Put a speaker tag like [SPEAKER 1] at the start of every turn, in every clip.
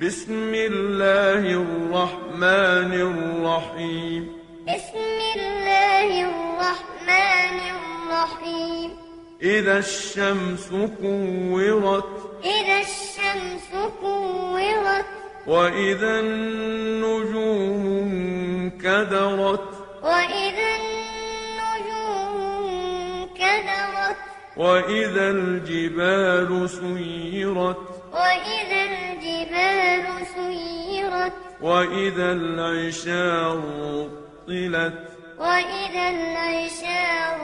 [SPEAKER 1] بسم الله الرحمن الرحيم
[SPEAKER 2] بسم الله الرحمن الرحيم
[SPEAKER 1] إذا الشمس كورت
[SPEAKER 2] إذا الشمس كورت
[SPEAKER 1] وإذا النجوم انكدرت
[SPEAKER 2] وإذا النجوم انكدرت
[SPEAKER 1] وإذا الجبال سيرت
[SPEAKER 2] وإذا الجبال سيرت
[SPEAKER 1] وإذا العشار طلت
[SPEAKER 2] وإذا العشار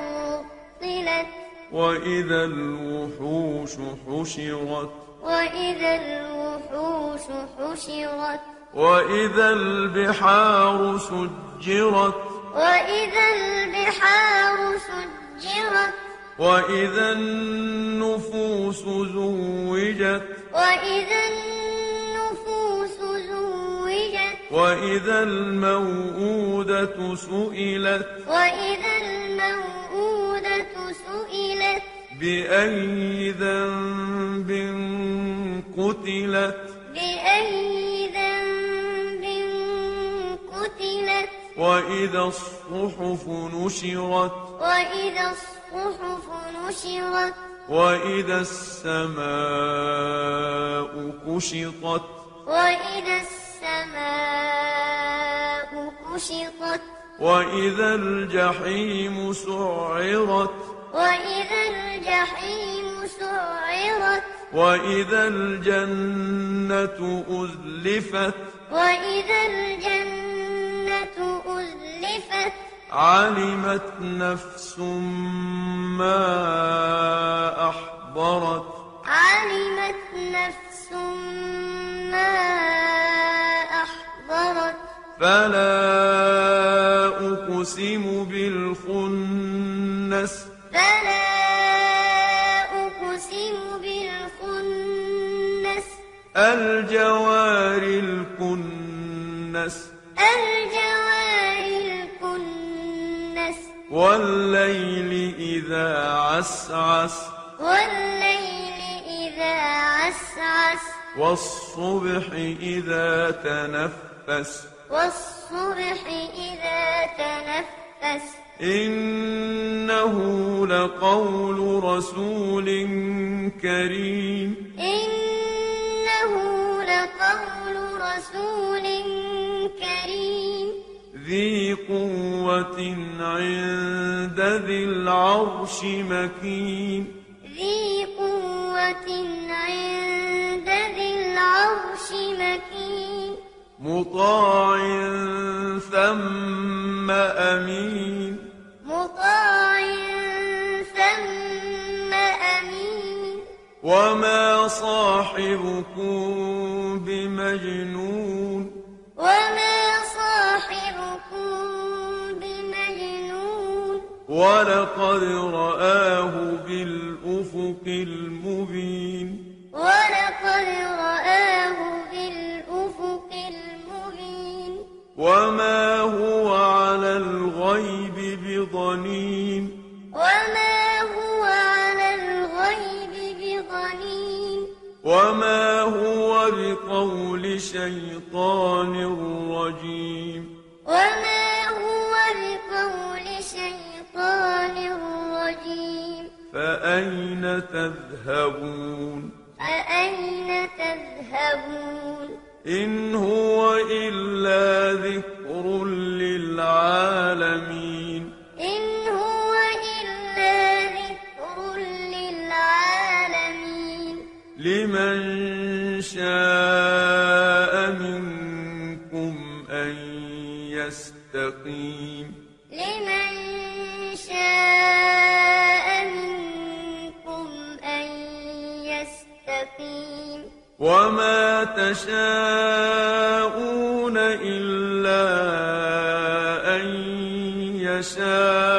[SPEAKER 2] طلت
[SPEAKER 1] وإذا الوحوش حشرت
[SPEAKER 2] وإذا الوحوش حشرت
[SPEAKER 1] وإذا البحار سجرت
[SPEAKER 2] وإذا البحار سجرت
[SPEAKER 1] وإذا النفوس زوجت
[SPEAKER 2] وإذا النفوس زوجت
[SPEAKER 1] وإذا الموءودة سئلت
[SPEAKER 2] وإذا الموءودة سئلت
[SPEAKER 1] بأي ذنب قتلت
[SPEAKER 2] بأي ذنب قتلت
[SPEAKER 1] وإذا الصحف نشرت
[SPEAKER 2] وإذا الصحف نشرت
[SPEAKER 1] وإذا السماء كشطت
[SPEAKER 2] وإذا السماء كشطت
[SPEAKER 1] وإذا الجحيم سعرت
[SPEAKER 2] وإذا الجحيم سعرت
[SPEAKER 1] وإذا الجنة أزلفت
[SPEAKER 2] وإذا الجنة أزلفت
[SPEAKER 1] علمت نفس ما أحضرت
[SPEAKER 2] علمت نفس ما أحضرت
[SPEAKER 1] فلا أقسم بالخنس
[SPEAKER 2] فلا أقسم بالخنس
[SPEAKER 1] الجوار الكنس
[SPEAKER 2] الجوار الكنس
[SPEAKER 1] والليل إذا عسعس
[SPEAKER 2] والليل إذا عسعس
[SPEAKER 1] والصبح إذا تنفس
[SPEAKER 2] والصبح إذا تنفس
[SPEAKER 1] إنه لقول رسول كريم
[SPEAKER 2] إنه لقول رسول كريم
[SPEAKER 1] ذي قوة عند ذي العرش مكين
[SPEAKER 2] ذي قوة عند ذي العرش مكين
[SPEAKER 1] مطاع ثم أمين
[SPEAKER 2] مطاع ثم أمين
[SPEAKER 1] وما صاحبكم بمجنون
[SPEAKER 2] وما صاحبكم بمجنون
[SPEAKER 1] ولقد رآه بالأفق المبين
[SPEAKER 2] ولقد رآه بالأفق المبين
[SPEAKER 1] وما هو على الغيب بضنين
[SPEAKER 2] وما هو على الغيب بضنين
[SPEAKER 1] وما هو بقول شيطان رجيم
[SPEAKER 2] وما هو بقول شيطان رجيم
[SPEAKER 1] فأين تذهبون
[SPEAKER 2] فأين تذهبون
[SPEAKER 1] إن هو إلا ذكر للعالمين
[SPEAKER 2] إن هو إلا ذكر للعالمين
[SPEAKER 1] لمن شاء منكم أن يستقيم
[SPEAKER 2] لمن شاء منكم أن يستقيم
[SPEAKER 1] وما تشاءون إلا أن يشاء